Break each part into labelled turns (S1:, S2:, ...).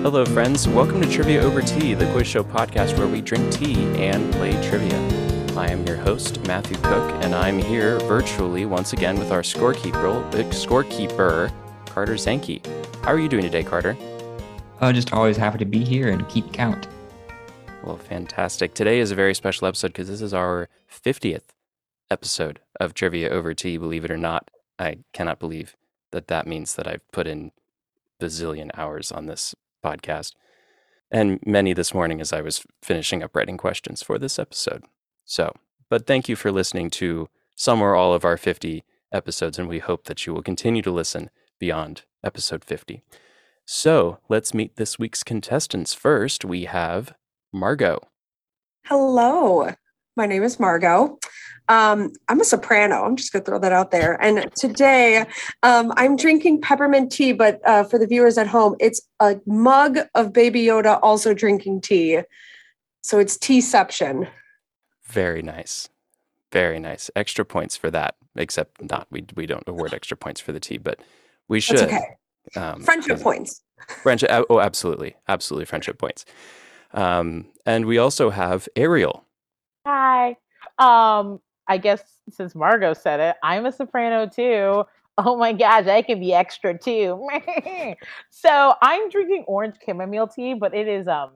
S1: Hello, friends. Welcome to Trivia Over Tea, the quiz show podcast where we drink tea and play trivia. I am your host, Matthew Cook, and I'm here virtually once again with our scorekeeper, uh, scorekeeper Carter Zanke. How are you doing today, Carter?
S2: Uh, just always happy to be here and keep count.
S1: Well, fantastic. Today is a very special episode because this is our 50th episode of Trivia Over Tea, believe it or not. I cannot believe that that means that I've put in bazillion hours on this podcast and many this morning as I was finishing up writing questions for this episode. So, but thank you for listening to some or all of our 50 episodes, and we hope that you will continue to listen beyond episode 50. So, let's meet this week's contestants. First, we have Margot.
S3: Hello, my name is Margot. Um, I'm a soprano. I'm just going to throw that out there. And today um, I'm drinking peppermint tea, but uh, for the viewers at home, it's a mug of Baby Yoda also drinking tea. So it's teaception.
S1: Very nice. Very nice. Extra points for that, except not. We, we don't award extra points for the tea, but we should.
S3: That's okay.
S1: Um,
S3: Friendship
S1: as-
S3: points.
S1: Friendship. ab- Oh, absolutely. Absolutely. Friendship points. Um, and we also have Ariel.
S4: Hi. Um, I guess since Margot said it, I'm a soprano too. Oh my gosh, I can be extra too. so I'm drinking orange chamomile tea, but it is um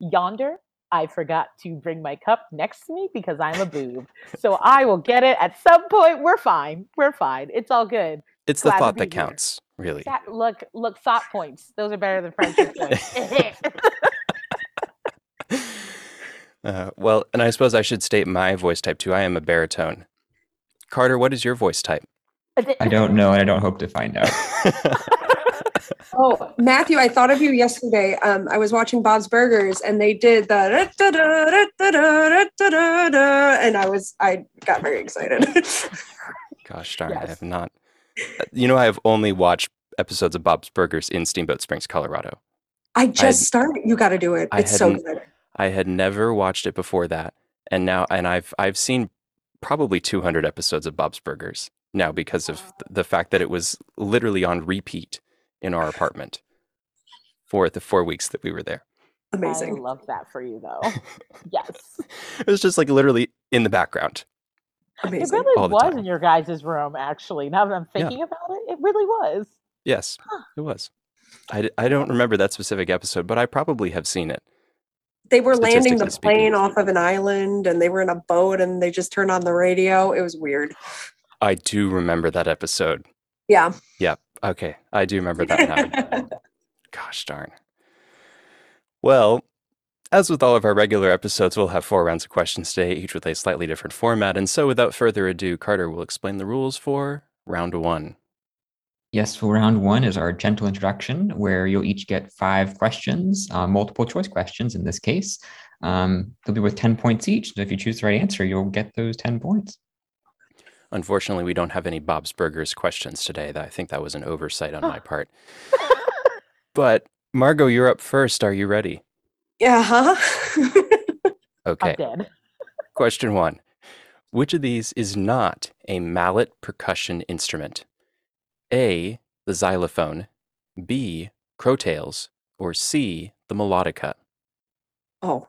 S4: yonder. I forgot to bring my cup next to me because I'm a boob. so I will get it at some point. We're fine. We're fine. It's all good.
S1: It's the
S4: Glad to
S1: thought
S4: be
S1: that
S4: here.
S1: counts,
S2: Eh.
S1: really.
S4: That, look, look, thought points. Those are better than friendship points.
S1: Uh, well, and I suppose I should state my voice type too. I am a baritone. Carter, what is your voice type?
S2: I don't know, and I don't hope to find out.
S3: Oh, Matthew, I thought of you yesterday. Um, I was watching Bob's Burgers and they did the and I was I got very excited.
S1: Gosh darn, I
S4: Yes.
S1: have not. Uh, You know, I have only watched episodes of Bob's Burgers in Steamboat Springs, Colorado.
S3: I just started. You got to do it.
S1: I
S3: It's so
S1: hadn't-
S3: good.
S1: I had never watched it before that, and now, and I've I've seen probably 200 episodes of Bob's Burgers now because of th- the fact that it was literally on repeat in our apartment for the four weeks that we were there.
S4: I
S3: Amazing.
S4: love that for you though. Yes.
S1: It was just like literally in the background.
S4: It
S3: Amazing.
S1: all
S4: really
S1: the
S4: was
S1: time.
S4: in your guys' room, actually. Now that I'm
S1: Yeah.
S4: thinking about it, it really was.
S1: Yes,
S4: Huh.
S1: it was. I, d- I don't remember that specific episode, but I probably have seen it.
S3: They were landing the
S1: statistically speaking.
S3: plane off of an island and they were in a boat and they just turned on the radio. It was weird.
S1: I do remember that episode.
S3: Yeah.
S1: Okay, I do remember that now. Gosh darn. Well, as with all of our regular episodes, we'll have four rounds of questions today, each with a slightly different format. And so, without further ado, Carter will explain the rules for round one.
S2: yes, for round one is our gentle introduction, where you'll each get five questions, uh, multiple choice questions in this case. Um, they'll be worth 10 points each. So if you choose the right answer, you'll get those 10 points.
S1: Unfortunately, we don't have any Bob's Burgers questions today. That I think that was an oversight on my part. But Margot, you're up first. Are you ready?
S3: Yeah. Huh?
S1: Okay.
S4: I'm dead.
S1: Question one Which of these is not a mallet percussion instrument? A. The xylophone. B. Crowtails. Or C. The melodica.
S3: oh,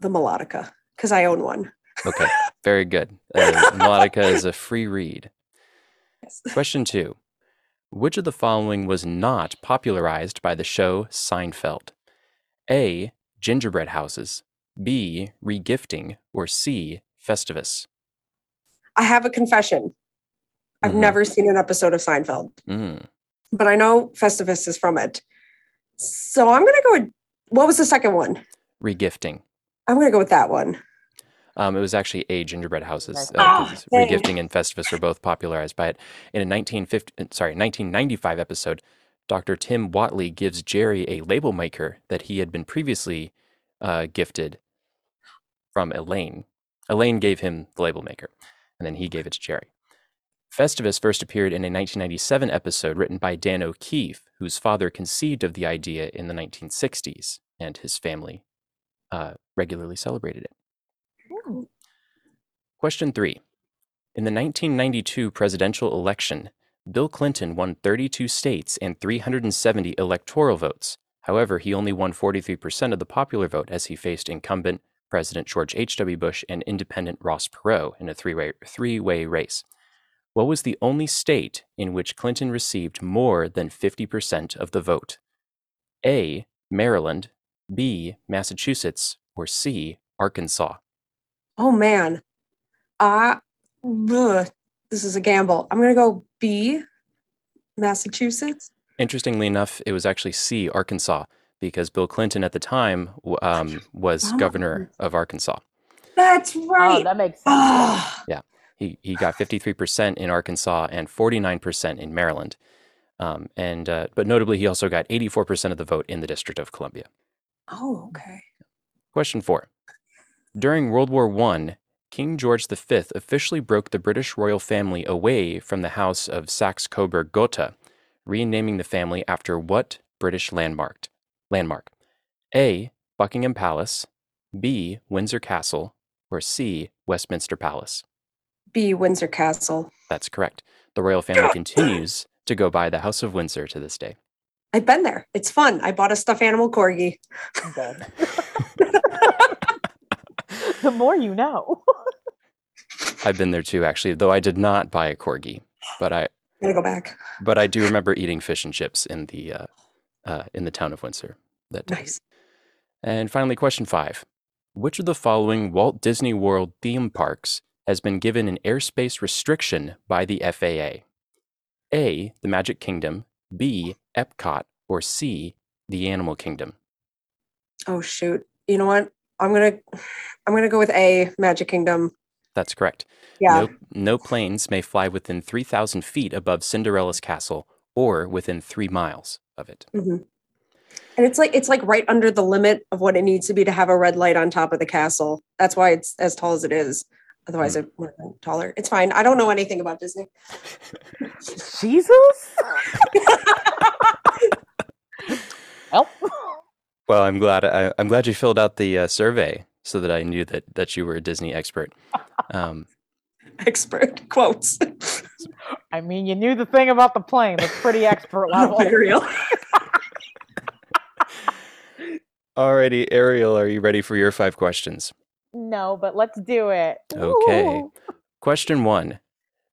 S3: the melodica because I own one.
S1: Okay, very good. Uh, melodica is a free read.
S3: Yes.
S1: Question two Which of the following was not popularized by the show Seinfeld? A. Gingerbread houses. B. Regifting. Or C. Festivus.
S3: I have a confession. I've
S1: Mhm.
S3: never seen an episode of Seinfeld,
S1: Mm.
S3: but I know Festivus is from it. So I'm going to go with what was the second one?
S1: Regifting.
S3: I'm going to go with that one.
S1: Um, it was actually a gingerbread houses.
S4: Nice.
S1: Uh, 'cause
S3: Oh, dang.
S1: regifting and Festivus were both popularized by it. In a 1950, uh, sorry, 1995 episode, Dr. Tim Watley gives Jerry a label maker that he had been previously uh, gifted from Elaine. Elaine gave him the label maker, and then he gave it to Jerry. Festivus first appeared in a 1997 episode written by Dan O'Keefe, whose father conceived of the idea in the 1960s, and his family uh, regularly celebrated it. Question three. In the 1992 presidential election, Bill Clinton won 32 states and 370 electoral votes, However, he only won 43% of the popular vote as he faced incumbent President George H.W. Bush and independent Ross Perot in a three-way, three-way race. What was the only state in which Clinton received more than 50% of the vote? A. Maryland, B. Massachusetts, or C. Arkansas?
S3: Oh man. Uh, ugh, this is a gamble. I'm going to go B, Massachusetts.
S1: Interestingly enough, it was actually C, Arkansas, because Bill Clinton at the time w- um, was
S3: Wow.
S1: governor of Arkansas.
S3: That's right.
S4: Oh, that makes sense.
S3: Ah,
S1: He, he got 53% in Arkansas and 49% in Maryland. Um, and uh, but notably, he also got 84% of the vote in the District of Columbia.
S3: oh, okay.
S1: Question four. During World War I, King George V officially broke the British royal family away from the House of Saxe Coburg Gotha, renaming the family after what British landmark? Landmark. A. Buckingham Palace. B. Windsor Castle. Or C. Westminster Palace.
S3: B, Windsor Castle.
S1: That's correct. The royal family continues to go by the House of Windsor to this day.
S3: I've been there. It's fun. I bought a stuffed animal corgi.
S4: I'm dead. the more you know.
S1: I've been there too, actually, though I did not buy a corgi, but I,
S3: I'm going to go back.
S1: but I do remember eating fish and chips in the uh, uh, in the town of Windsor. That day.
S3: Nice.
S1: And finally, question five: Which of the following Walt Disney World theme parks has been given an airspace restriction by the FAA? A. The Magic Kingdom. B. Epcot. Or C. The Animal Kingdom.
S3: Oh, shoot. You know what? I'm going to, I'm going to go with A, Magic Kingdom.
S1: That's correct.
S3: Yeah.
S1: No, no planes may fly within 3,000 feet above Cinderella's castle or within three miles of it.
S3: And it's like, it's like right under the limit of what it needs to be to have a red light on top of the castle. That's why it's as tall as it is. Otherwise, it would have been taller. It's fine. I don't know anything about Disney.
S4: Jesus? Help.
S1: Well, I'm glad I, I'm glad you filled out the uh, survey so that I knew that that you were a Disney expert. Um,
S3: Expert quotes.
S4: I mean, you knew the thing about the plane. That's pretty expert level.
S3: Very real.
S1: alrighty, Ariel, are you ready for your five questions?
S4: No, but let's do it.
S1: Okay.
S4: Woo.
S1: Question one: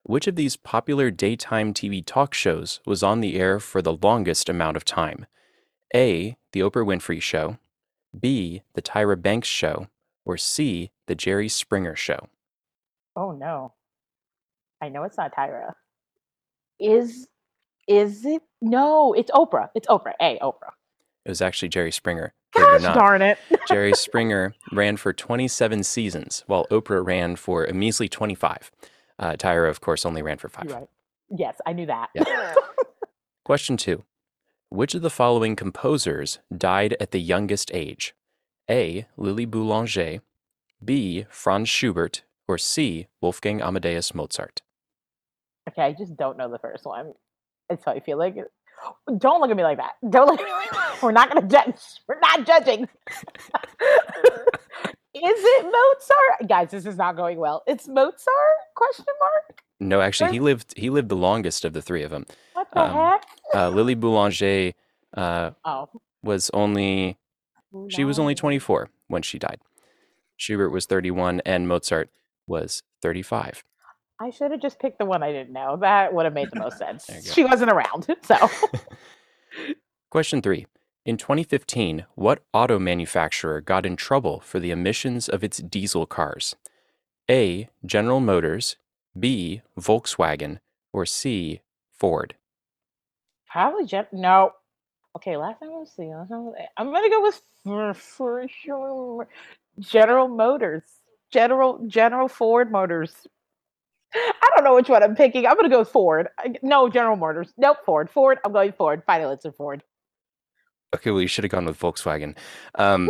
S1: Which of these popular daytime TV talk shows was on the air for the longest amount of time? A. The Oprah Winfrey Show. B. The Tyra Banks Show. Or C. The Jerry Springer Show.
S4: Oh no. I know it's not Tyra. Is is it? No, it's Oprah. It's Oprah. Hey, Oprah.
S1: It was actually Jerry Springer. believe it or
S4: Gosh darn it.
S1: Jerry Springer ran for 27 seasons, while Oprah ran for a measly 25. Uh, Tyra, of course, only ran for 5
S4: You're right. Yes, I knew that.
S1: Question two Which of the following composers died at the youngest age? A. Lily Boulanger, B. Franz Schubert, or C. Wolfgang Amadeus Mozart?
S4: okay, I just don't know the first one. That's how I feel like it. Don't look at me like that. Don't look at me like that. We're not gonna judge. We're not judging. is it Mozart? Guys, this is not going well. It's Mozart? Question mark?
S1: No, actually,
S4: Sure.
S1: he lived. He lived the longest of the three of them.
S4: What the
S1: Um,
S4: heck?
S1: Uh, Lily Boulanger uh,
S4: Oh.
S1: was only She was only
S4: Boulanger.
S1: 24 when she died. Schubert was 31 and Mozart was 35.
S4: I should have just picked the one I didn't know. That would have made the most sense.
S1: There you go.
S4: She wasn't around, so
S1: Question three. In 2015, what auto manufacturer got in trouble for the emissions of its diesel cars? A. General Motors, B. Volkswagen, or C. Ford?
S4: probably just no. Okay, last time I was seeing, last time I was, eh, I'm gonna go with for, for sure General Motors, General General Ford Motors. I don't know which one I'm picking. I'm gonna go with Ford. I- No, General Motors. Nope, Ford. Ford. I'm going Ford. Finally, it's a Ford.
S1: Okay, well, you should have gone with Volkswagen. Um,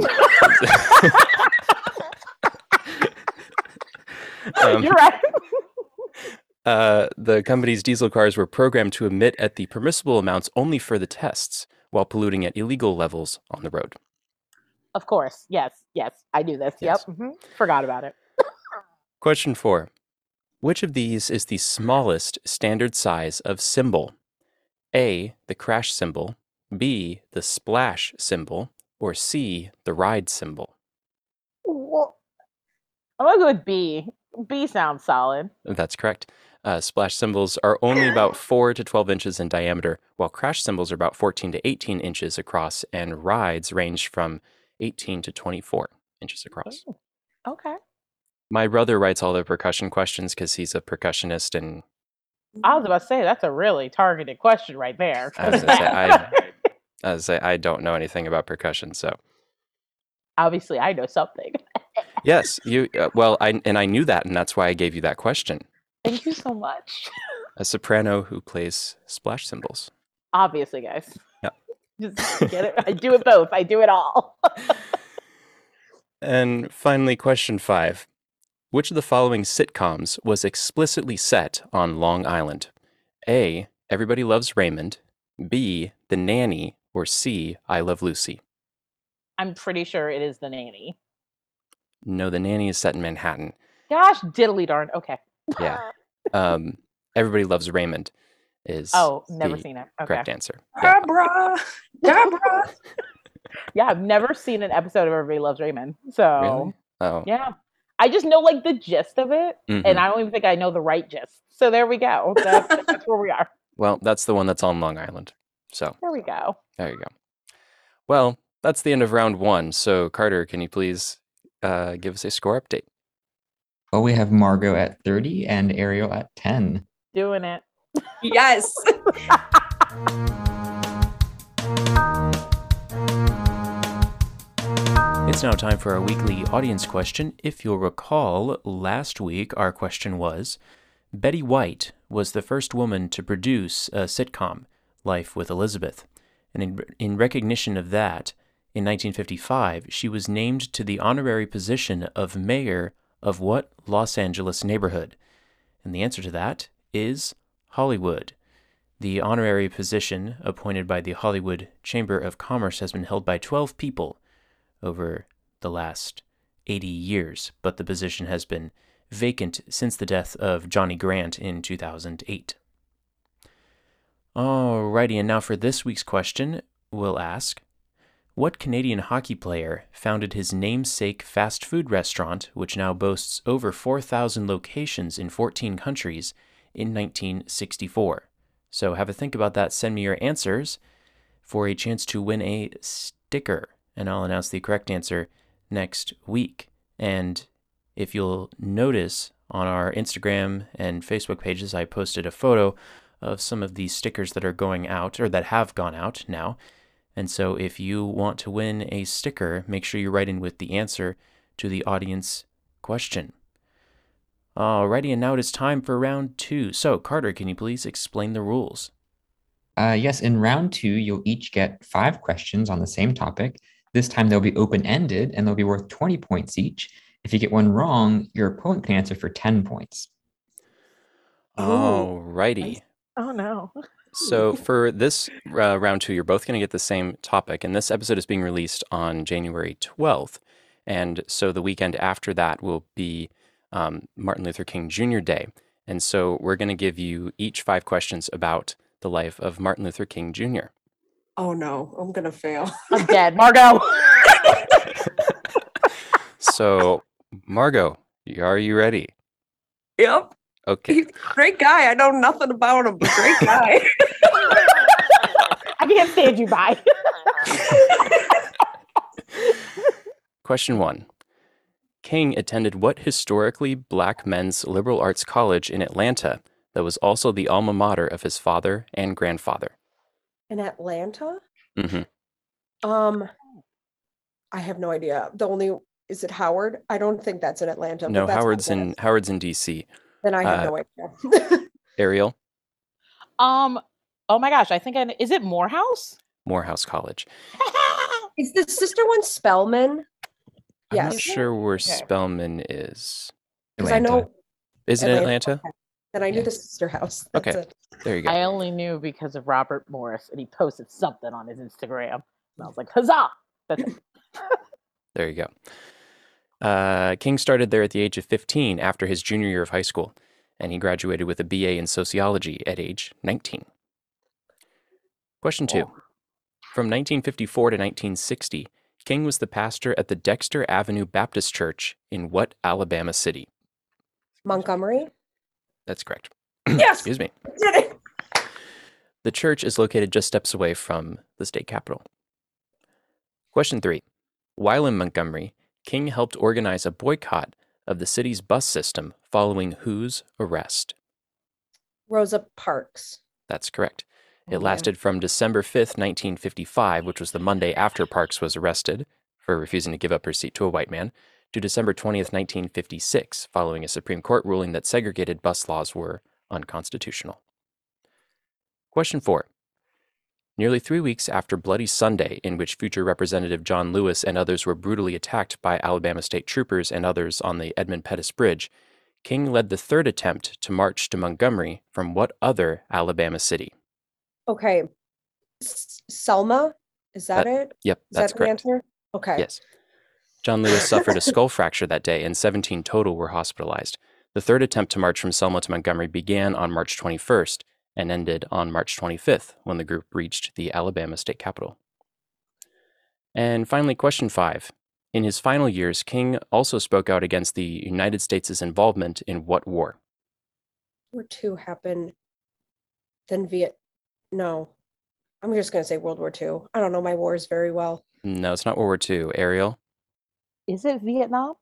S1: um,
S4: You're right.
S1: Uh, the company's diesel cars were programmed to emit at the permissible amounts only for the tests while polluting at illegal levels on the road.
S4: of course. Yes. Yes. I knew this.
S1: Yes.
S4: Yep. mhm, Forgot about it.
S1: Question four Which of these is the smallest standard size of symbol? A. The crash symbol. B, the splash symbol, or C, the ride symbol?
S4: Well, I'm gonna go with B. B sounds solid.
S1: That's correct. Uh, splash cymbals are only about 4 to 12 inches in diameter, while crash cymbals are about 14 to 18 inches across, and rides range from 18 to 24 inches across.
S4: Ooh, Okay.
S1: My brother writes all the percussion questions because he's a percussionist, and
S4: I was about to say that's a really targeted question right there.
S1: I was gonna say, I- as I, I don't know anything about percussion, so
S4: Obviously, I know something.
S1: yes, you uh, well, I and I knew that, and that's why I gave you that question.
S4: Thank you so much.
S1: A soprano who plays splash cymbals.
S4: Obviously, guys.
S1: Yep.
S4: Just get it. I do it both. I do it all.
S1: And finally, question five Which of the following sitcoms was explicitly set on Long Island? A. Everybody Loves Raymond. B. The Nanny. Or C. I Love Lucy.
S4: I'm pretty sure it is the nanny.
S1: No, The Nanny is set in Manhattan.
S4: Gosh, diddly darn. Okay.
S1: Yeah. Um, Everybody Loves Raymond is
S4: Oh, never
S1: the
S4: seen it. Okay.
S1: correct answer. Yeah.
S3: Abra, Dabra.
S4: Yeah, I've never seen an episode of Everybody Loves Raymond. So
S1: Really? Oh.
S4: yeah. I just know like the gist of it.
S1: mhm.
S4: And I don't even think I know the right gist. So there we go. That's, that's where we are.
S1: well, that's the one that's on Long Island. So
S4: There we go.
S1: There you go. Well, that's the end of round one. So, Carter, can you please uh, give us a score update?
S2: Well, we have Margot at 30 and Ariel at 10.
S4: Doing it.
S3: Yes.
S1: It's now time for our weekly audience question. If you'll recall, last week our question was Betty White was the first woman to produce a sitcom, Life with Elizabeth. And in, in recognition of that, in 1955, she was named to the honorary position of mayor of what Los Angeles neighborhood? And the answer to that is Hollywood. The honorary position appointed by the Hollywood Chamber of Commerce has been held by 12 people over the last 80 years, but the position has been vacant since the death of Johnny Grant in 2008. Alrighty, and now for this week's question, we'll ask What Canadian hockey player founded his namesake fast food restaurant, which now boasts over 4,000 locations in 14 countries, in 1964? So have a think about that. Send me your answers for a chance to win a sticker, and I'll announce the correct answer next week. And if you'll notice on our Instagram and Facebook pages, I posted a photo of some of the stickers that are going out or that have gone out now. And so if you want to win a sticker, make sure you write in with the answer to the audience question. Alrighty, and now it is time for round two. So, Carter, can you please explain the rules?
S2: Uh, yes, in round two, you'll each get five questions on the same topic. This time they'll be open ended and they'll be worth 20 points each. If you get one wrong, your opponent can answer for 10 points.
S3: Ooh,
S1: Alrighty.
S4: nice. Oh no.
S1: So for this uh, round two, you're both going to get the same topic, and this episode is being released on January 12th, and so the weekend after that will be um, Martin Luther King Jr. Day, and so we're going to give you each five questions about the life of Martin Luther King Jr.
S3: Oh no, I'm gonna fail.
S4: I'm dead. Margo.
S1: So, Margot, are you ready?
S3: Yep.
S1: Okay.
S3: He's a great guy. I know nothing about him, but great guy.
S4: I can't stand you by.
S1: Question one. King attended what historically black men's liberal arts college in Atlanta that was also the alma mater of his father and grandfather?
S3: In Atlanta?
S1: hmm
S3: Um I have no idea. The only is it Howard? I don't think that's in Atlanta. but
S1: No,
S3: that's not
S1: Howard's
S3: bad.
S1: in Howard's in D.C.
S3: Then I have
S1: uh,
S3: no idea.
S1: Ariel
S4: um. Oh my gosh. I think I kn- is it Morehouse.
S1: Morehouse College.
S3: is the sister one Spellman?
S1: I'm not
S3: Yes.
S4: Is it?
S1: sure where
S4: Okay.
S1: Spellman is.
S3: Because I know
S1: Is it
S3: Atlanta.
S1: Atlanta?
S3: then I knew
S1: Yeah.
S3: the sister house.
S1: Okay.
S3: it.
S1: There you go.
S4: I only knew because of Robert Morris, and he posted something on his Instagram, and I was like, huzzah! That's it.
S1: There you go. Uh, King started there at the age of 15 after his junior year of high school, and he graduated with a BA in sociology at age 19. Question two. From 1954 to 1960, King was the pastor at the Dexter Avenue Baptist Church in what Alabama city?
S3: Montgomery.
S1: That's correct.
S3: Yes,
S1: Excuse me.
S3: I did it.
S1: The church is located just steps away from the state capitol. Question three. While in Montgomery, King helped organize a boycott of the city's bus system following whose arrest?
S3: Rosa Parks.
S1: That's correct. It
S4: Thank you.
S1: lasted from December 5th, 1955, which was the Monday after Parks was arrested for refusing to give up her seat to a white man, to December 20th, 1956, following a Supreme Court ruling that segregated bus laws were unconstitutional. Question four. Nearly three weeks after Bloody Sunday, in which future Representative John Lewis and others were brutally attacked by Alabama state troopers and others on the Edmund Pettus Bridge, King led the third attempt to march to Montgomery from what other Alabama city?
S3: Okay. S- Selma. Is that, it?
S1: Yep,
S3: Is
S1: that's
S3: that
S1: correct.
S3: the answer? Okay.
S1: Yes. John Lewis suffered a skull fracture that day, and 17 total were hospitalized. The third attempt to march from Selma to Montgomery began on March 21st and ended on March 25th when the group reached the Alabama state capitol. And finally, question five. In his final years, King also spoke out against the United States' involvement in what war?
S3: War Two happened, then Viet. No, I'm just going to say World War Two. I don't know my wars very well.
S1: No, it's not World War II. Ariel?
S4: Is it Vietnam?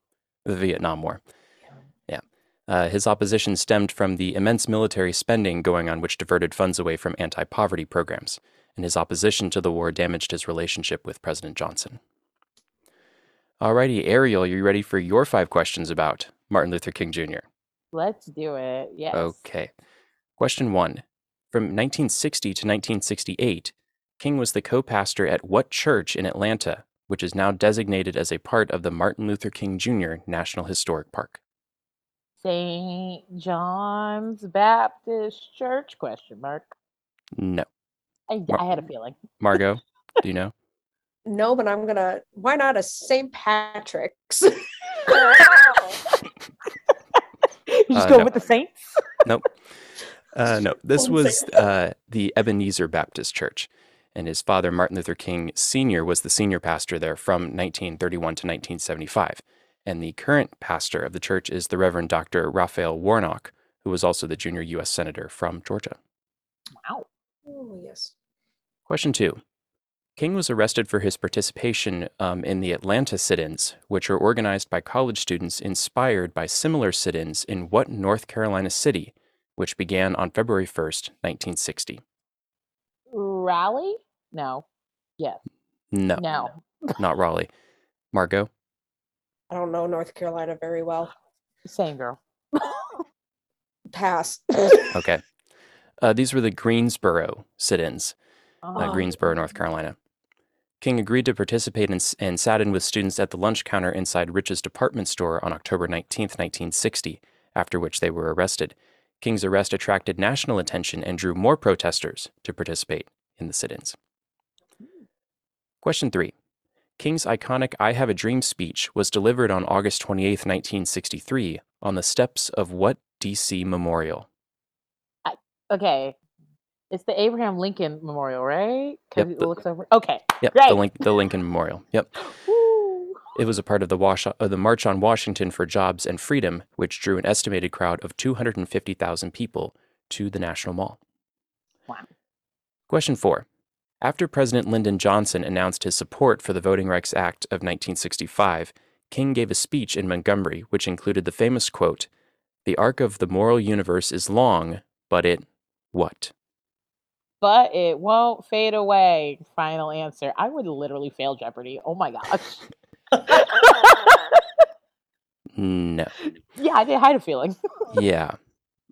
S1: the Vietnam War. Yeah. Uh, his opposition stemmed from the immense military spending going on, which diverted funds away from anti poverty programs. And his opposition to the war damaged his relationship with President Johnson. Alrighty, Ariel, you ready for your five questions about Martin Luther King Jr.?
S4: Let's do it. Yes.
S1: Okay. Question one From 1960 to 1968, King was the co pastor at what church in Atlanta, which is now designated as a part of the Martin Luther King Jr. National Historic Park?
S4: St. John's Baptist Church? Question mark.
S1: No.
S4: I,
S1: Mar-
S4: I had a feeling.
S1: Margot, do you know?
S3: No, but I'm gonna. Why not a St. Patrick's?
S4: you just
S1: Uh,
S4: go
S1: no.
S4: with the saints.
S1: Uh, no, this
S3: One
S1: was uh, the Ebenezer Baptist Church, and his father, Martin Luther King Sr., was the senior pastor there from 1931 to 1975. And the current pastor of the church is the Reverend Dr. Raphael Warnock, who was also the junior U.S. Senator from Georgia.
S4: Wow.
S3: oh yes.
S1: Question two King was arrested for his participation um, in the Atlanta sit ins, which are organized by college students inspired by similar sit ins in what North Carolina city, which began on February 1st, 1960?
S4: Rally? No. Yes.
S1: No,
S4: No.
S1: not Raleigh. Margot,
S3: I don't know North Carolina very well.
S4: Same girl.
S3: Pass.
S1: okay. Uh, these were the Greensboro sit ins. uh,
S4: Oh,
S1: Greensboro, North Carolina. King agreed to participate and, s- and sat in with students at the lunch counter inside Rich's department store on October 19, 1960, after which they were arrested. King's arrest attracted national attention and drew more protesters to participate in the sit ins. Question three King's iconic I Have a Dream speech was delivered on August 28, 1963, on the steps of what D.C. memorial?
S4: Okay. It's the Abraham Lincoln Memorial, right? 'Cause
S1: Yep,
S4: it
S1: the-
S4: looks over. Okay.
S1: Yep,
S4: Right.
S1: the, Link, the Lincoln Memorial. Yep.
S4: Woo.
S1: It was a part of the, wash, uh, the March on Washington for Jobs and Freedom, which drew an estimated crowd of 250,000 people to the National Mall.
S4: Wow.
S1: Question four. After President Lyndon Johnson announced his support for the Voting Rights Act of 1965, King gave a speech in Montgomery, which included the famous quote The arc of the moral universe is long, but it what?
S4: But it won't fade away. Final answer. I would literally fail Jeopardy. Oh my gosh.
S1: No.
S4: yeah, I did hide a feeling.
S1: Yeah.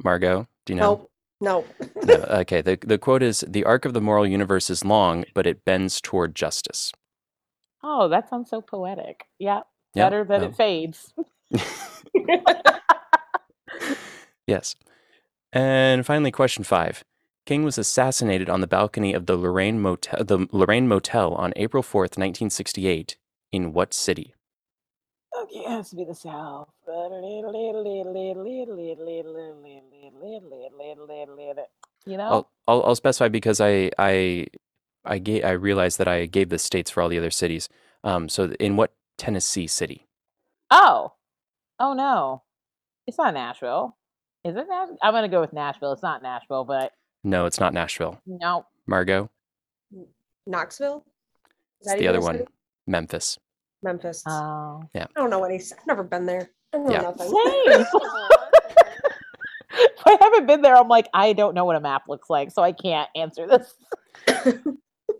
S1: Margot, do you know?
S3: Nope. Nope.
S1: No, okay. The, the quote is The arc of the moral universe is long, but it bends toward justice.
S4: Oh, that sounds so poetic. Yeah.
S1: Yeah,
S4: Better than
S1: no.
S4: it fades.
S1: Yes. And finally, question five. King was assassinated on the balcony of the Lorraine Motel, the Lorraine Motel on April 4th, 1968, in what city?
S4: Okay, it has to be the South. You know? Oh.
S1: I'll, I'll, I'll specify because I, I I ga- I realized that I gave the states for all the other cities. Um, so th- in what Tennessee city?
S4: Oh, oh no, it's not Nashville. Is it Nashville? I'm gonna go with Nashville. It's not Nashville, but
S1: No, it's not Nashville.
S4: no.
S1: Margot,
S3: Knoxville. Is
S1: it's the
S3: even
S1: other
S3: a
S1: one,
S3: city?
S1: Memphis.
S3: Memphis.
S4: Oh,
S3: I don't know any. I've never been there. I know
S1: Uh. Yeah.
S3: nothing.
S4: same. If I haven't been there. I'm like, I don't know what a map looks like, so I can't answer this.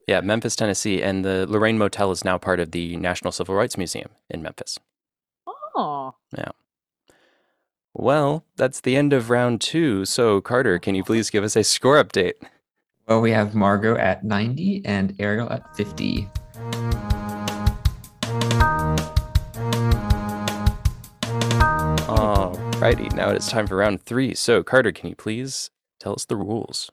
S1: Yeah, Memphis, Tennessee, and the Lorraine Motel is now part of the National Civil Rights Museum in Memphis.
S4: Oh,
S1: Well, that's the end of round two. So Carter, can you please give us a score update?
S2: Well, we have Margot at 90 and Ariel at 50.
S1: Alrighty, now it is time for round three. So Carter, can you please tell us the rules?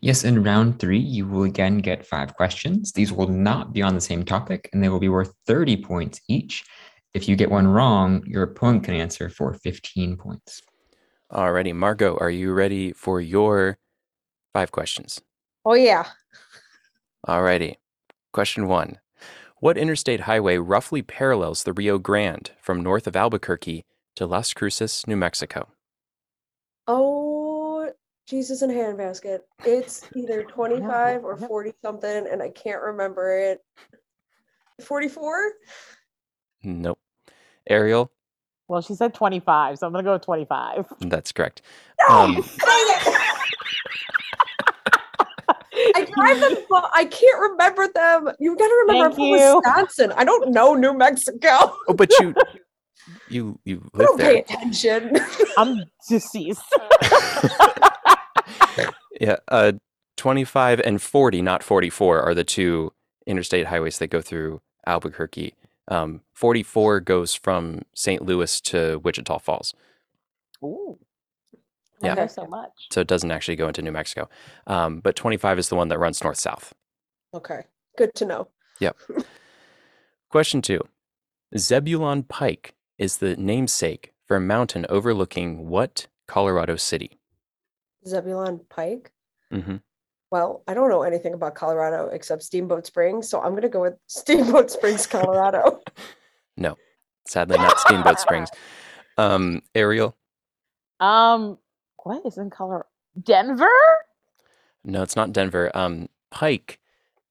S2: Yes, in round three, you will again get five questions. These will not be on the same topic, and they will be worth 30 points each. If you get one wrong, your opponent can answer for 15 points.
S1: Alrighty, Margot, are you ready for your five questions?
S3: Oh yeah.
S1: Alrighty. Question one. What interstate highway roughly parallels the Rio Grande from north of Albuquerque to Las Cruces, New Mexico?
S3: Oh Jesus in a handbasket. It's either 25 or
S4: yep.
S3: 40 something, and I can't remember it. 44?
S1: Nope. Ariel,
S4: well, she said 25, so I'm gonna go with 25.
S1: that's correct.
S3: No!
S1: Um,
S3: Dang it! I drive them, but I can't remember them. You gotta remember I'm
S4: Thank
S3: from
S4: you.
S3: Wisconsin. I don't know New Mexico.
S1: Oh, but you, you, you
S3: I
S1: live
S3: don't pay
S1: there.
S3: attention.
S4: I'm deceased.
S1: Yeah, uh, twenty-five and forty, not forty-four, are the two interstate highways that go through Albuquerque. Um, forty-four goes from St. Louis to Wichita Falls,
S4: Ooh, I
S1: Yeah.
S4: know so much.
S1: so it doesn't actually go into New Mexico. Um, but twenty-five is the one that runs north-south.
S3: okay. Good to know.
S1: Question two: Zebulon Pike is the namesake for a mountain overlooking what Colorado city?
S3: Zebulon Pike.
S1: hmm
S3: Well, I don't know anything about Colorado except Steamboat Springs, so I'm gonna go with Steamboat Springs, Colorado.
S1: Sadly, not Steamboat Springs. Um, Ariel,
S4: Um, what is in color? Denver?
S1: No, it's not Denver. Um, Pike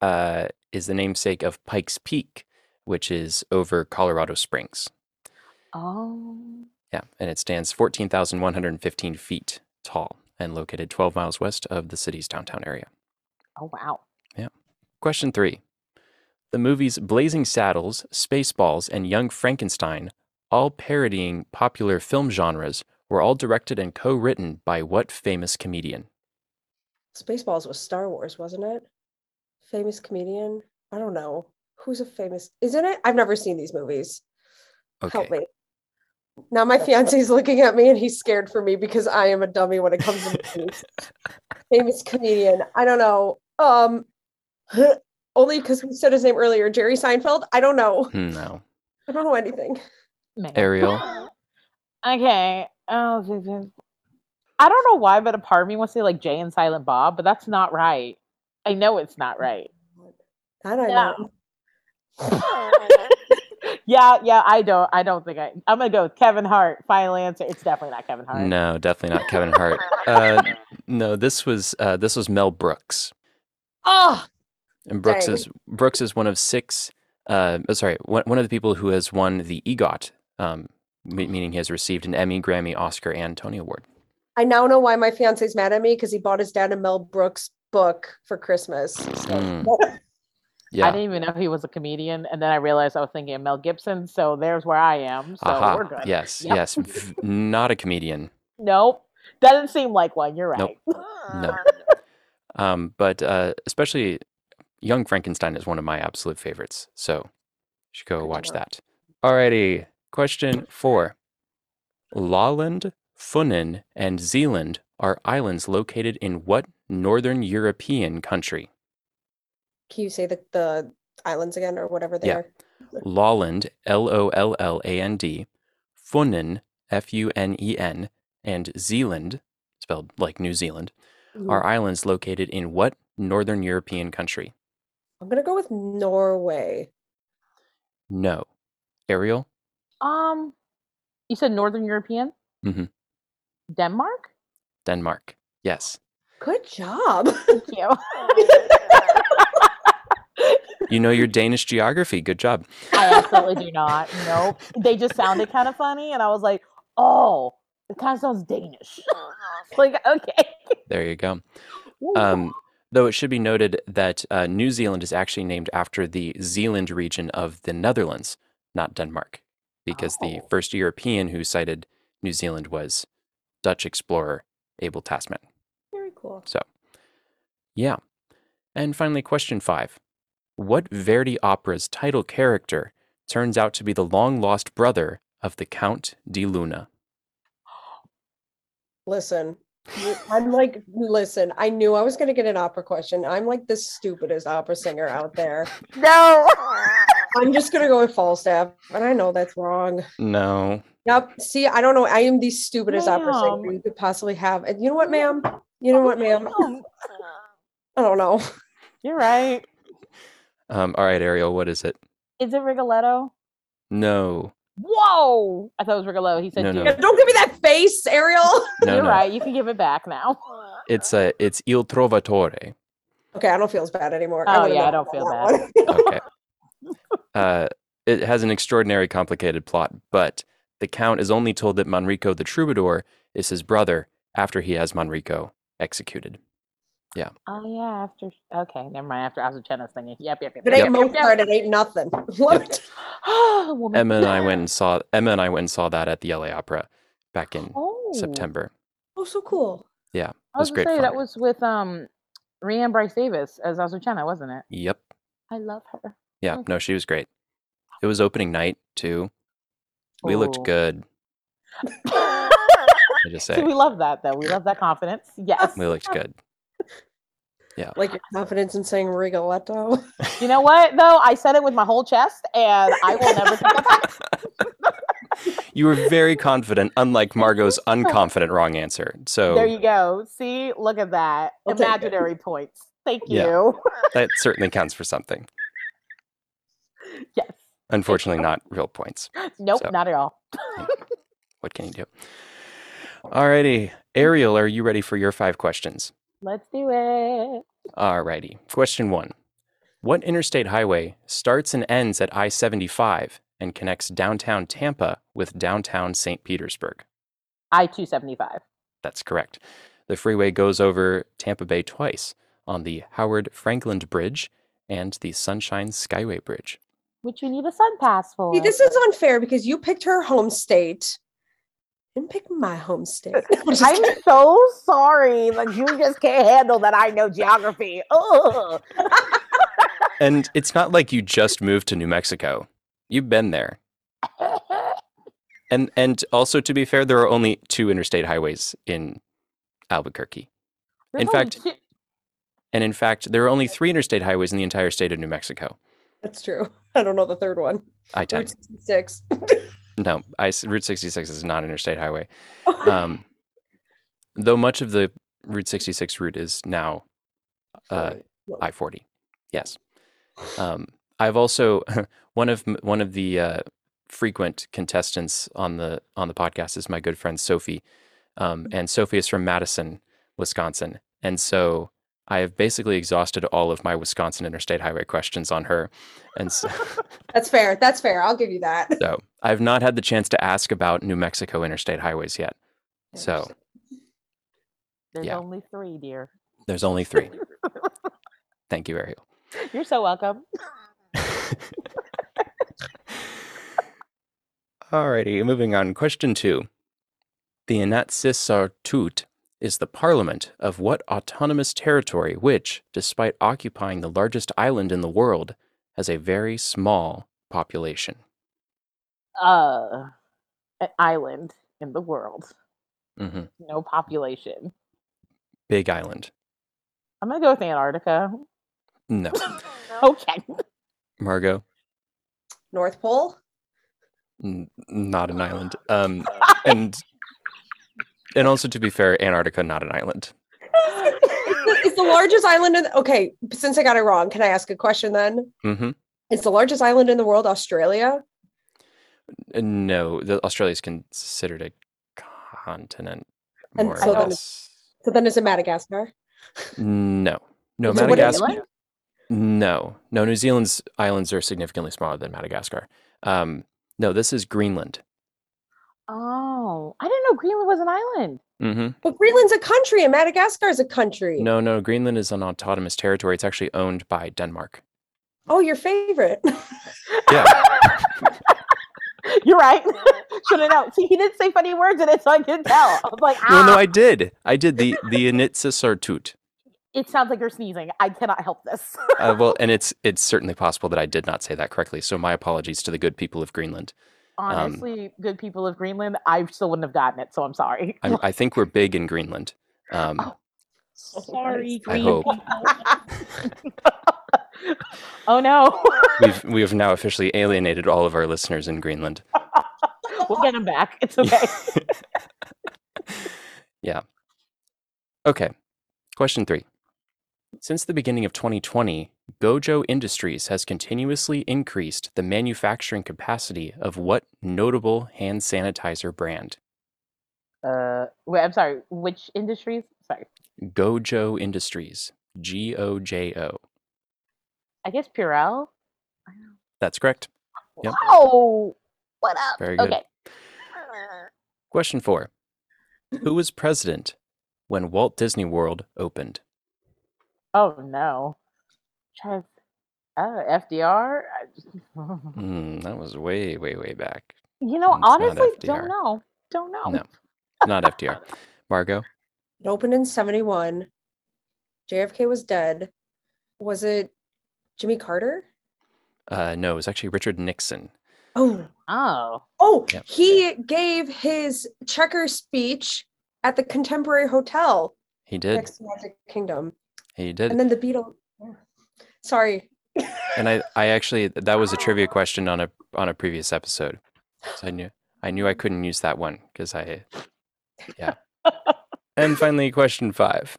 S1: uh, is the namesake of Pikes Peak, which is over Colorado Springs.
S4: Oh,
S1: Yeah, and it stands 14,115 feet tall and located 12 miles west of the city's downtown area.
S4: oh wow.
S1: Question three The movies Blazing Saddles, Spaceballs, and Young Frankenstein, all parodying popular film genres, were all directed and co written by what famous comedian?
S3: Spaceballs was Star Wars, wasn't it? Famous comedian. I don't know. Who's a famous isn't it? I've never seen these movies. Help me. Now my fiance's looking at me and he's scared for me because I am a dummy when it comes to movies. famous comedian. I don't know. Um only because we said his name earlier, Jerry Seinfeld. I don't know.
S1: Hmm, No.
S3: I don't know anything.
S4: Man.
S1: Ariel?
S4: Okay. Oh, this is- I don't know why, but a part of me wants to say like Jay and Silent Bob, but that's not right. I know it's not right.
S3: That I
S4: Yeah.
S3: know.
S4: yeah, yeah, I don't. I don't think I. I'm gonna go with Kevin Hart. Final answer. It's definitely not Kevin Hart.
S1: No, definitely not Kevin Hart. Uh, no, this was uh, this was Mel Brooks,
S3: Oh,
S1: and Brooks
S3: Dang.
S1: is Brooks is one of six. Uh, oh, sorry, one, one of the people who has won the EGOT, um, me- meaning he has received an Emmy, Grammy, Oscar, and Tony Award.
S3: I now know why my fiance's mad at me because he bought his dad a Mel Brooks book for Christmas. So,
S1: Mm.
S3: Nope.
S4: I
S1: Yeah,
S4: didn't even know he was a comedian, and then I realized I was thinking of Mel Gibson. So there's where I am. So
S1: aha,
S4: we're good.
S1: yes,
S4: Yep.
S1: yes, V- not a comedian,
S4: Nope, doesn't seem like one. You're right.
S3: Uh,
S1: no, um, but uh, especially Young Frankenstein is one of my absolute favorites. So you should go
S3: Good to
S1: watch
S3: know.
S1: that. Alrighty, question four. Lolland, Funen, and Zealand are islands located in what northern European country?
S3: Can you say the, the islands again or whatever they
S1: Yeah.
S3: are?
S1: Lolland, L O L L A N D, Funen, F U N E N, and Zealand,
S4: Mm-hmm.
S1: spelled like New Zealand, are islands located in what northern European country?
S3: I'm gonna go with Norway.
S1: No. Ariel?
S4: Um, you said Northern European.
S1: Mhm.
S4: Denmark.
S1: Denmark. Yes.
S3: Good job.
S4: Thank you.
S1: You know your Danish geography. Good job.
S4: I absolutely do not. No, they just sounded kind of funny, and I was like, oh, it kind of sounds Danish. like, okay.
S1: There you go. Um, though it should be noted that uh, New Zealand is actually named after the Zeeland region of the Netherlands, not Denmark, because the
S4: Oh.
S1: first European who sighted New Zealand was Dutch explorer Abel Tasman.
S3: Very cool.
S1: Yeah. And finally, question five What Verdi opera's title character turns out to be the long lost brother of the Count di Luna?
S3: Listen, you- I'm like, listen, I knew I was gonna get an opera question. I'm like the stupidest opera singer out there.
S4: no.
S3: I'm just gonna go with Falstaff, and I know that's wrong.
S1: No.
S3: Yep. See, I don't know. I am the stupidest opera singer
S4: Ma'am.
S3: you could possibly have. And you know what, ma'am? You know what, ma'am?
S4: Um,
S3: I don't know.
S4: You're right.
S1: Um, all right, Ariel, what is it?
S4: Is it Rigoletto?
S1: No.
S4: Whoa! I thought it was Rigoletto. He said,
S1: No, no.
S4: "Dude,
S3: Don't give me that face, Ariel.
S1: No,
S4: you're
S1: no.
S4: right. You can give it back now."
S1: It's uh, it's Il Trovatore.
S3: Okay, I don't feel as bad anymore.
S4: Oh,
S3: would've
S4: yeah, I
S3: known
S4: don't feel
S3: about that one.
S1: Okay. Uh, it has an extraordinary, complicated plot, but the Count is only told that Manrico the Troubadour is his brother after he has Manrico executed.
S4: oh yeah. After okay, never mind. After Azucena's thingy. Yep, yep, yep.
S3: It
S4: yep,
S3: ain't
S4: yep, Oh,
S3: Mozart. It ain't nothing. What?
S4: yep. Woman.
S1: Emma and I went and saw Emma and I went and saw that at the LA Opera back in
S4: Oh.
S1: September.
S3: Oh, so cool.
S4: I
S1: was
S4: was, going
S1: great
S4: to say that
S1: fun.
S4: was with um Rhiannon Bryce Davis as Azucena, wasn't it?
S1: Yep.
S4: I love her.
S1: Yeah.
S4: Mm.
S1: No, she was great. It was opening night too. We looked
S4: Ooh.
S1: good. I just
S4: See,
S1: say
S4: we love that though. We love that confidence. Yes.
S1: we looked good.
S3: Like your confidence in saying Rigoletto.
S4: You know what though? I said it with my whole chest, and I will never. take that back.
S1: You were very confident, unlike Margot's unconfident wrong answer.
S4: There
S1: So
S4: you go. See, look at that
S3: I'll take it.
S4: imaginary points. Thank
S1: Yeah.
S4: you.
S1: that certainly counts for something.
S4: yes.
S1: Unfortunately, not real points.
S4: Nope.
S1: So-
S4: Not at all.
S1: What can you do? Alrighty, Ariel, are you ready for your five questions?
S4: Let's do it.
S1: Alrighty. Question one: What interstate highway starts and ends at I-75 and connects downtown Tampa with downtown St. Petersburg?
S4: I two seventy five.
S1: That's correct. The freeway goes over Tampa Bay twice on the Howard Franklin Bridge and the Sunshine Skyway Bridge.
S4: Which you need a sun pass for.
S3: See, this is unfair because you picked her home state. Didn't pick my home state. I'm just
S4: Uh, I'm
S3: kidding.
S4: so sorry that you just can't handle that I know geography. Ugh.
S1: And it's not like you just moved to New Mexico. You've been there. And and also to be fair, there are only two interstate highways in Albuquerque.
S4: There's
S1: In
S4: only
S1: fact-
S4: two-
S1: And in fact, there are only three interstate highways in the entire state of New Mexico.
S3: That's true. I don't know the third one.
S1: I-10.
S3: Route 66.
S1: No, I, s- Route 66 is not an interstate highway.
S4: Uh,
S1: Um, though much of the Route 66 route is now uh, I forty. Yes. Um, I've also one of m- one of the uh, frequent contestants on the on the podcast is my good friend Sophie, um, and Sophie is from Madison, Wisconsin, and so I have basically exhausted all of my Wisconsin interstate highway questions on her, and so,
S3: That's fair. That's fair. I'll give you that.
S1: so I've not had the chance to ask about New Mexico interstate highways yet. So
S4: There's
S1: yeah.
S4: only three, dear.
S1: there's only three. Thank you, Ariel.
S4: You're so welcome.
S1: Alrighty, moving on. Question two. The Inatsisartut is the parliament of what autonomous territory, which, despite occupying the largest island in the world, has a very small population?
S4: Uh, an island in the world,
S1: hmm
S4: no population.
S1: Big island.
S4: I'm gonna go with Antarctica.
S1: No.
S4: okay.
S1: Margot,
S3: North Pole.
S1: n- not an island. Um, and and also to be fair, Antarctica not an island.
S3: It's It's the largest island in. Okay, since I got it wrong, can I ask a question then?
S1: hmm
S3: It's the largest island in the world, Australia.
S1: No, the, Australia's considered a continent.
S3: And
S1: More
S3: so
S1: or
S3: then-
S1: less.
S3: So then, is it Madagascar?
S1: No, no,
S3: So what is
S1: Madagascar.
S4: Really?
S1: No, no, New Zealand's islands are significantly smaller than Madagascar. Um, no, this is Greenland.
S4: Oh, I didn't know Greenland was an island.
S1: hmm
S3: But Greenland's a country, and Madagascar is a country.
S1: No, no, Greenland is an autonomous territory. It's actually owned by Denmark.
S3: Oh, your favorite.
S1: Yeah.
S4: You're right. Should have known. See, he didn't say funny words in it, so I could tell. I was like, ah.
S1: Well, no, I did. I did the the Initsisartut.
S4: it sounds like you're sneezing. I cannot help this.
S1: Uh, well, and it's it's certainly possible that I did not say that correctly. So my apologies to the good people of Greenland. Um.
S4: Honestly, good people of Greenland, I still wouldn't have gotten it, so I'm sorry.
S1: I, I think we're big in Greenland. Um,
S4: Oh.
S5: Sorry,
S1: I
S5: green
S1: hope.
S5: people.
S4: oh no,
S1: We've we have now officially alienated all of our listeners in Greenland.
S4: we'll get him back. It's okay.
S1: Okay. Question three. Since the beginning of 2020, Gojo Industries has continuously increased the manufacturing capacity of what notable hand sanitizer brand?
S4: uh, wait, I'm sorry. Which industries? Sorry,
S1: Gojo Industries. G O J O.
S4: I guess Purell.
S1: That's correct. Yep.
S4: Oh, what up?
S1: Very good.
S4: Okay.
S1: Question four. Who was president when Walt Disney World opened?
S4: Oh no. Try- Oh, FDR. I-
S1: Hmm, that was way, way, way back.
S4: You know,
S1: It's not
S4: honestly,
S1: FDR.
S4: don't know. Don't know.
S1: No. Not FDR. Margot?
S3: It opened in 71. JFK was dead. Was it Jimmy Carter?
S1: Uh, no, it was actually Richard Nixon.
S3: Oh,
S4: Oh,
S3: oh,
S1: Yep.
S3: he gave his checker speech at the Contemporary Hotel
S1: He did.
S3: next to Magic Kingdom.
S1: He did.
S3: And then the Beatles. yeah. Sorry.
S1: and I, I actually that was a trivia question on a on a previous episode. So I knew I knew I couldn't use that one because I yeah. and finally question 5.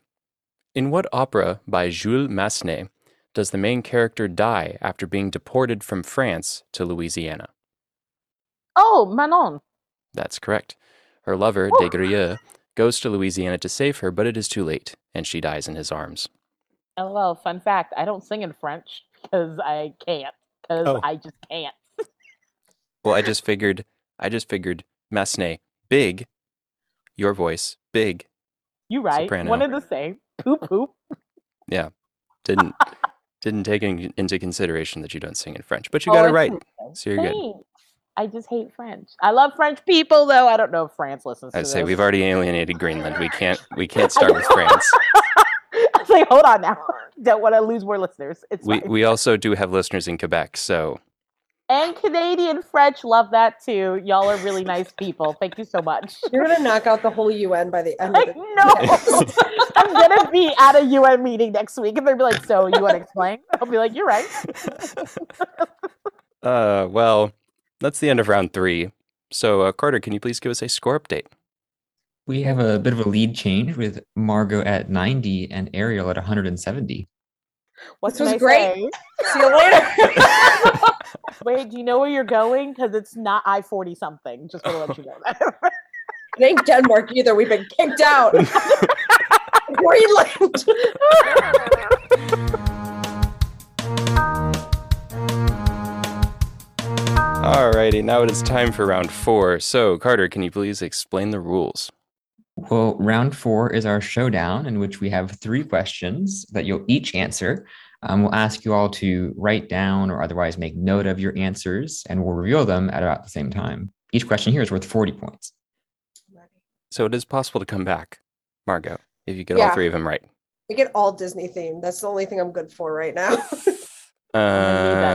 S1: In what opera by Jules Massenet does the main character die after being deported from France to Louisiana?
S4: oh, Manon.
S1: That's correct. Her lover,
S4: Oh.
S1: Desgrieux, goes to Louisiana to save her, but it is too late and she dies in his arms.
S4: LOL. Fun fact: I don't sing in French because I can't. Because
S1: Oh.
S4: I just can't.
S1: Well, I just figured I just figured Massenet big your voice big
S4: You right. One
S1: Soprano.
S4: of the same. Poop poop.
S1: didn't didn't take in, into consideration that you don't sing in French, but you got
S4: Oh,
S1: it right.
S4: it's
S1: So you're good.
S4: Thanks. I just hate French. I love French people, though. I don't know if France listens.
S1: I
S4: to
S1: say
S4: this.
S1: we've already alienated Greenland. We can't we can't start with France.
S4: I was like, hold on now. Don't want to lose more listeners. It's
S1: We
S4: fine.
S1: we also do have listeners in Quebec, so
S4: and Canadian French love that too. Y'all are really nice people. Thank you so much.
S3: You're going to knock out the whole UN by the end of
S4: Like,
S3: it.
S4: no, I'm gonna be at a UN meeting next week, and they'll be like, "So you want to explain?" I'll be like, "You're right."
S1: uh well, that's the end of round 3. So, uh, Carter, can you please give us a score update?
S2: We have a bit of a lead change with Margot at 90 and Ariel at 170.
S4: What
S3: This
S4: can
S3: was
S4: I
S3: great.
S4: say?
S3: See you later.
S4: Wait, do you know where you're going? Because it's not I forty something. Just want to let you know that.
S3: it ain't Denmark either. We've been kicked out. Greenland.
S1: Alrighty, now it is time for round 4. So, Carter, can you please explain the rules?
S2: Well, round four is our showdown in which we have three questions that you'll each answer. Um, we'll ask you all to write down or otherwise make note of your answers, and we'll reveal them at about the same time. Each question here is worth 40 points.
S1: So, it is possible to come back, Margot, if you get all
S3: Yeah.
S1: three of them right.
S3: We get all Disney themed. That's the only thing I'm good for right now.
S4: gonna leave that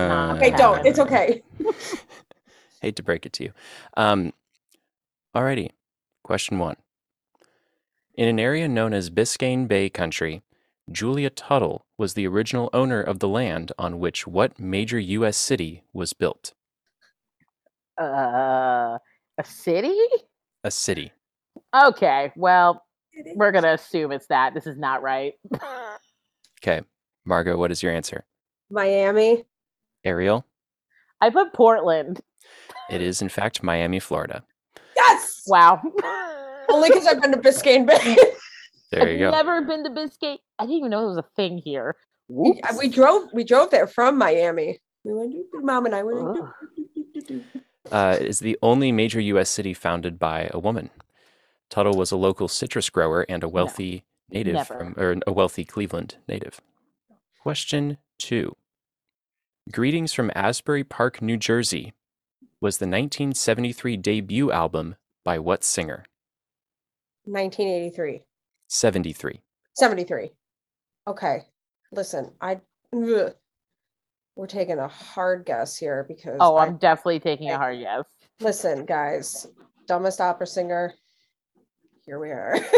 S1: Uh,
S4: not
S3: okay, don't. It's okay.
S1: Hate to break it to you. Um, alrighty. Question one. In an area known as Biscayne Bay Country, Julia Tuttle was the original owner of the land on which what major U.S. city was built?
S4: Uh, a city?
S1: A city.
S4: Okay, well, We're gonna assume it's that. This is not right.
S3: Uh.
S1: Okay. Margot, what is your answer?
S3: Miami.
S1: Ariel,
S4: I put Portland.
S1: it is in fact Miami, Florida.
S3: Yes.
S4: Wow.
S3: Only because I've been to Biscayne Bay.
S1: There you go.
S4: I've never been to Biscayne. I didn't even know there was a thing here.
S3: We- we drove. We drove there from Miami. Oh. We went. doo- doo, Mom and I went. doo-
S4: Ugh.
S3: doo- doo- doo- doo- doo.
S1: Uh, it is the only major U.S. city founded by a woman. Tuttle was a local citrus grower and a wealthy native,
S4: Never.
S1: from, or a wealthy Cleveland native. Question two Greetings from Asbury Park, New Jersey was the 1973 debut album by what singer?
S3: 1983.
S1: 73.
S3: 73. Okay. Listen, I ugh. we're taking a hard guess here because
S4: Oh,
S3: I-
S4: I'm definitely taking a
S3: I-
S4: hard yes.
S3: listen, guys, dumbest opera singer. Here we are.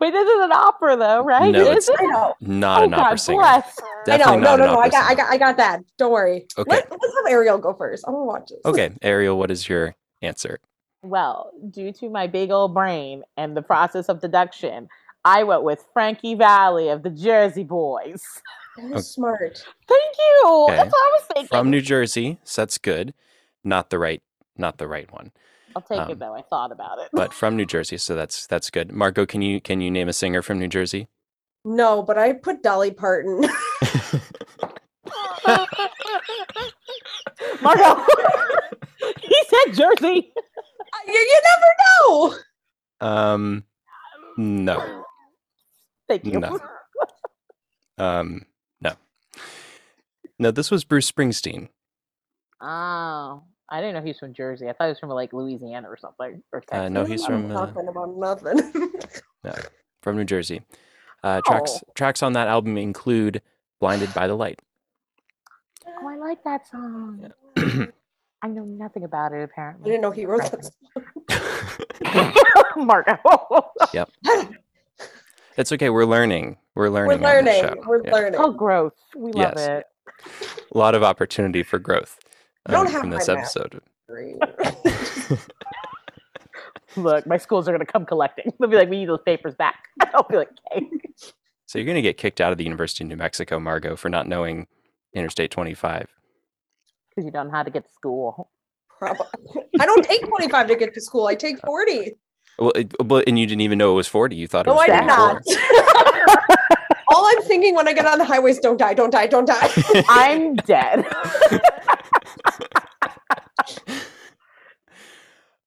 S4: Wait, this is an opera though, right?
S1: No, it's
S4: Is it?
S3: Uh. I know. Uh.
S1: Not
S4: oh,
S1: an opera
S4: God
S1: singer.
S4: bless.
S3: I know.
S1: Definitely
S3: No,
S1: not
S3: no,
S1: an
S3: no.
S1: opera
S3: I got I
S1: singer.
S3: got I got that. Don't worry.
S1: Okay.
S3: Let, let's have Ariel go first. I'm gonna watch this.
S1: Okay, Ariel, what is your answer?
S4: Well, due to my big old brain and the process of deduction, I went with Frankie Valley of the Jersey Boys.
S3: That was smart.
S4: Thank you.
S1: Okay.
S4: That's what I was thinking.
S1: From New Jersey, so that's good. Not the right, not the right one.
S4: I'll take
S1: um,
S4: it though. I thought about it.
S1: but from New Jersey, so that's that's good. Marco, can you can you name a singer from New Jersey?
S3: No, but I put Dolly Parton.
S4: Margo, he said Jersey.
S3: Uh, you, you never know.
S1: um, no,
S4: Thank you.
S1: Oh. No. um, no, no. This was Bruce Springsteen.
S4: Oh, I didn't know he was from Jersey. I thought he was from like Louisiana or something. Or
S1: Uh,
S4: Texas.
S1: no, he's
S3: I'm
S1: from uh,
S3: talking about nothing.
S1: from New Jersey. Uh, tracks
S3: Oh.
S1: tracks on that album include "Blinded by the Light."
S4: Oh, I like that song. I know nothing about it
S3: I
S4: apparently.
S3: didn't know he wrote that.
S4: Margo.
S1: it's okay. We're learning. We're
S3: We're
S1: learning. on this
S3: learning.
S1: show.
S3: We're
S1: Yeah.
S3: learning.
S4: oh, growth. We love
S1: Yes.
S4: it.
S1: A lot of opportunity for growth.
S3: I don't
S1: um,
S3: have
S1: in
S3: my
S1: this
S3: map.
S1: episode.
S3: Great.
S4: Look, my schools are gonna come collecting. They'll be like, "We need those papers back." I'll be like, "Okay."
S1: So you're going to get kicked out of the University of New Mexico, Margot, for not knowing Interstate 25.
S4: Because you don't know how to get to school.
S3: Probably. I don't take 25 to get to school. I take 40.
S1: Well, it, but and you didn't even know it was 40. You thought it
S3: No,
S1: was
S3: I did
S1: 44.
S3: not. All I'm thinking when I get on the highway is don't die, don't die, don't die.
S4: I'm dead.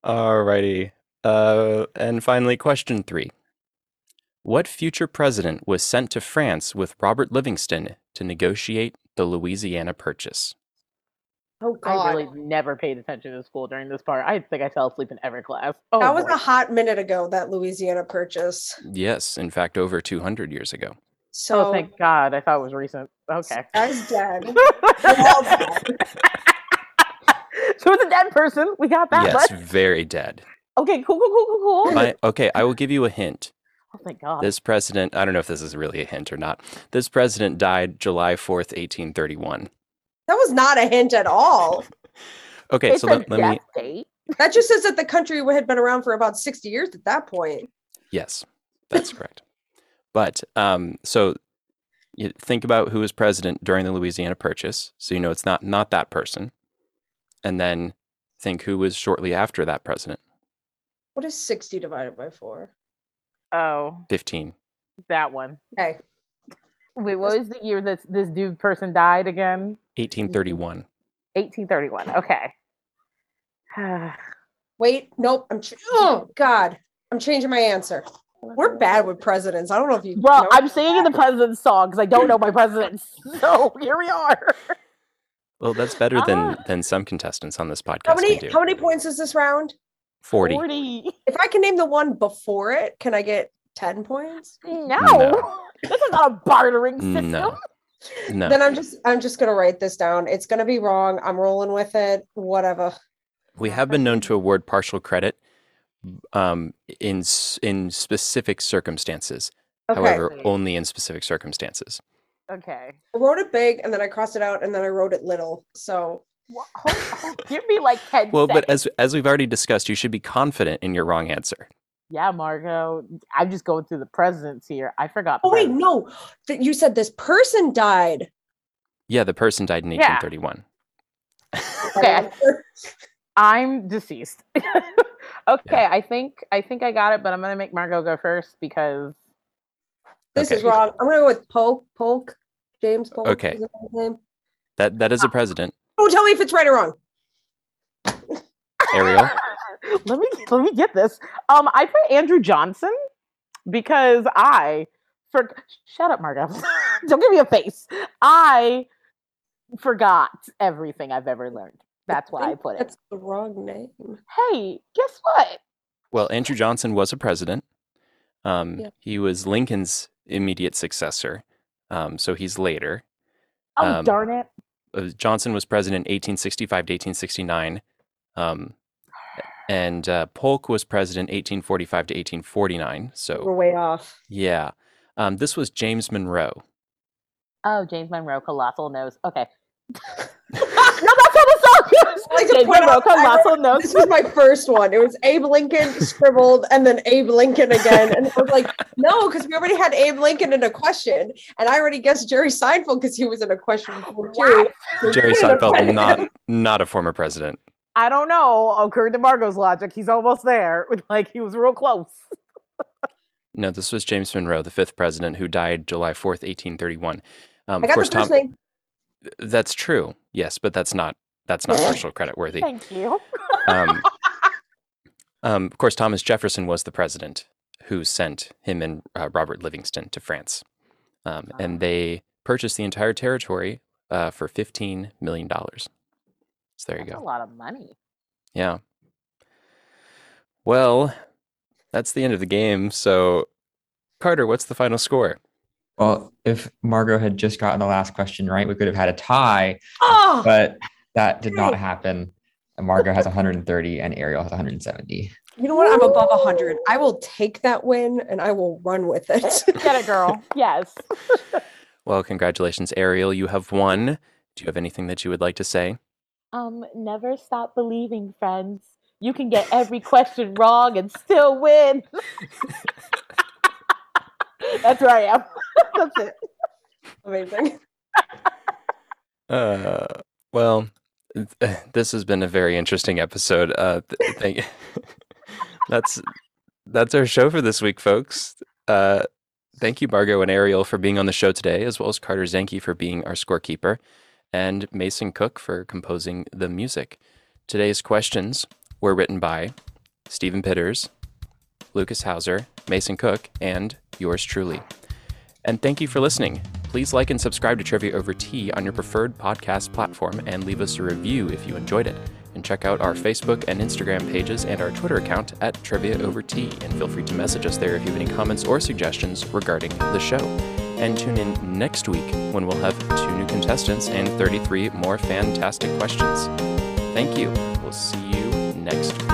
S1: Alrighty. Uh, and finally, question three: What future president was sent to France with Robert Livingston to negotiate the Louisiana Purchase?
S3: Oh, God.
S4: I really never paid attention to school during this part. I think I fell asleep in every class. Oh,
S3: that was
S4: boy.
S3: a hot minute ago, that Louisiana purchase.
S1: Yes, in fact, over 200 years ago.
S3: So
S4: oh, thank God. I thought it was recent. Okay.
S3: that's dead. all dead.
S4: so it's a dead person. We got that
S1: yes,
S4: much.
S1: very dead.
S4: Okay, cool, cool, cool, cool, cool.
S1: My, okay, I will give you a hint.
S4: oh, thank God.
S1: This president, I don't know if this is really a hint or not. This president died July 4th, 1831.
S3: That was not a hint at all.
S1: Okay,
S4: it's
S1: so
S4: a
S1: let, let
S4: death
S1: me.
S4: date.
S3: That just says that the country had been around for about 60 years at that point.
S1: Yes, that's correct. But um, so you think about who was president during the Louisiana Purchase. So you know it's not not that person. And then think who was shortly after that president.
S3: What is 60 divided by 4?
S4: Oh,
S1: 15.
S4: that one.
S3: Okay.
S4: Wait, what was the year that this dude person died again?
S1: 1831.
S3: Mm-hmm.
S4: 1831. Okay.
S3: Wait, nope. I'm ch- oh God, I'm changing my answer. We're bad with presidents. I don't know if you.
S4: Well,
S3: know.
S4: I'm singing the president's song because I don't know my presidents. So here we are.
S1: Well, that's better than
S4: Ah.
S1: than some contestants on this podcast
S3: how
S1: can
S3: many
S1: do.
S3: how many points is this round?
S1: 40.
S3: If I can name the one before it, can I get ten points?
S4: No.
S1: No.
S4: This is not a bartering system.
S1: No. No.
S3: Then I'm just I'm just gonna write this down. It's gonna be wrong. I'm rolling with it. Whatever.
S1: We have been known to award partial credit um, in s- in specific circumstances.
S3: Okay.
S1: However, only in specific circumstances.
S4: Okay.
S3: I wrote it big and then I crossed it out and then I wrote it little. So
S4: Wha- hold- hold- give me like 10
S1: Well, but uh,
S4: seconds.
S1: as as we've already discussed, you should be confident in your wrong answer.
S4: Yeah, Margot. I'm just going through the presidents here. I forgot.
S3: Oh wait,
S4: presidents.
S3: no. That you said this person died.
S1: Yeah, the person died in
S4: Yeah.
S1: 1831.
S4: Okay. I'm deceased. okay, I think I think I got it, but I'm gonna make Margot go first because
S3: This is
S1: Okay.
S3: wrong. I'm gonna go with Polk. Polk. James Polk. is
S1: Okay.
S3: his name.
S1: That that is a president.
S3: Don't tell me if it's right or wrong.
S1: Ariel.
S4: let me let me get this. Um, I put Andrew Johnson because I for shut up, Margo. Don't give me a face. I forgot everything I've ever learned. That's why I
S3: think
S4: put it.
S3: That's the wrong name.
S1: Oh.
S4: Hey, guess what?
S1: Well, Andrew Johnson was a president. Um,
S3: Yeah.
S1: He was Lincoln's immediate successor. Um, so he's later.
S4: Oh
S1: Um,
S4: darn it!
S1: Uh, Johnson was president 1865 to 1869. Um, and uh, Polk was president 1845 to 1849.
S3: We're
S1: So,
S3: way off.
S1: yeah. Um, this was James Monroe.
S4: Oh, James Monroe, colossal nose. Okay. no, that's how the song goes.
S3: I'd like to
S4: James
S3: point
S4: Monroe,
S3: out, I
S4: colossal nose.
S3: This was my first one. It was Abe Lincoln scribbled and then Abe Lincoln again. And I was like, no, because we already had Abe Lincoln in a question. And I already guessed Jerry Seinfeld because he was in a question before too. So
S1: Jerry
S3: we ended up
S1: Seinfeld,
S3: finding
S1: not
S3: him.
S1: not a former president.
S4: I don't know. According to Margot's logic, he's almost there. Like he was real close.
S1: No, this was James Monroe, the fifth president, who died July 4th, 1831. Um,
S3: I
S1: of
S3: got the
S1: course,
S3: first
S1: Tom,
S3: name.
S1: that's true. Yes, but that's not that's not partial credit worthy.
S4: Thank you.
S1: Um, um, of course, Thomas Jefferson was the president who sent him and uh, Robert Livingston to France, um,
S4: Ah.
S1: and they purchased the entire territory uh, for fifteen million dollars. So there you
S4: That's a
S1: go.
S4: lot of money.
S1: Yeah. Well, that's the end of the game. So, Carter, what's the final score?
S2: Well, if Margot had just gotten the last question right, we could have had a tie,
S3: Oh,
S2: but that did not
S3: Right.
S2: happen. And Margot has 130 and Ariel has 170.
S3: you know what? I'm above 100. I will take that win and I will run with it.
S4: Get it, girl. yes.
S1: Well, congratulations, Ariel. You have won. Do you have anything that you would like to say?
S4: Um, never stop believing, friends. You can get every question wrong and still win. That's where I am. That's it.
S3: Amazing.
S1: Uh, well, th- this has been a very interesting episode. Uh, th- thank- that's that's our show for this week, folks. Uh, thank you, Margo and Ariel, for being on the show today, as well as Carter Zanke for being our scorekeeper, and Mason Cook for composing the music. Today's questions were written by Stephen Pitters, Lucas Hauser, Mason Cook, and yours truly. And thank you for listening. Please like and subscribe to Trivia Over Tea on your preferred podcast platform and leave us a review if you enjoyed it. And check out our Facebook and Instagram pages and our Twitter account at Trivia Over Tea. And feel free to message us there if you have any comments or suggestions regarding the show. And tune in next week when we'll have two new contestants and 33 more fantastic questions. Thank you. We'll see you next week.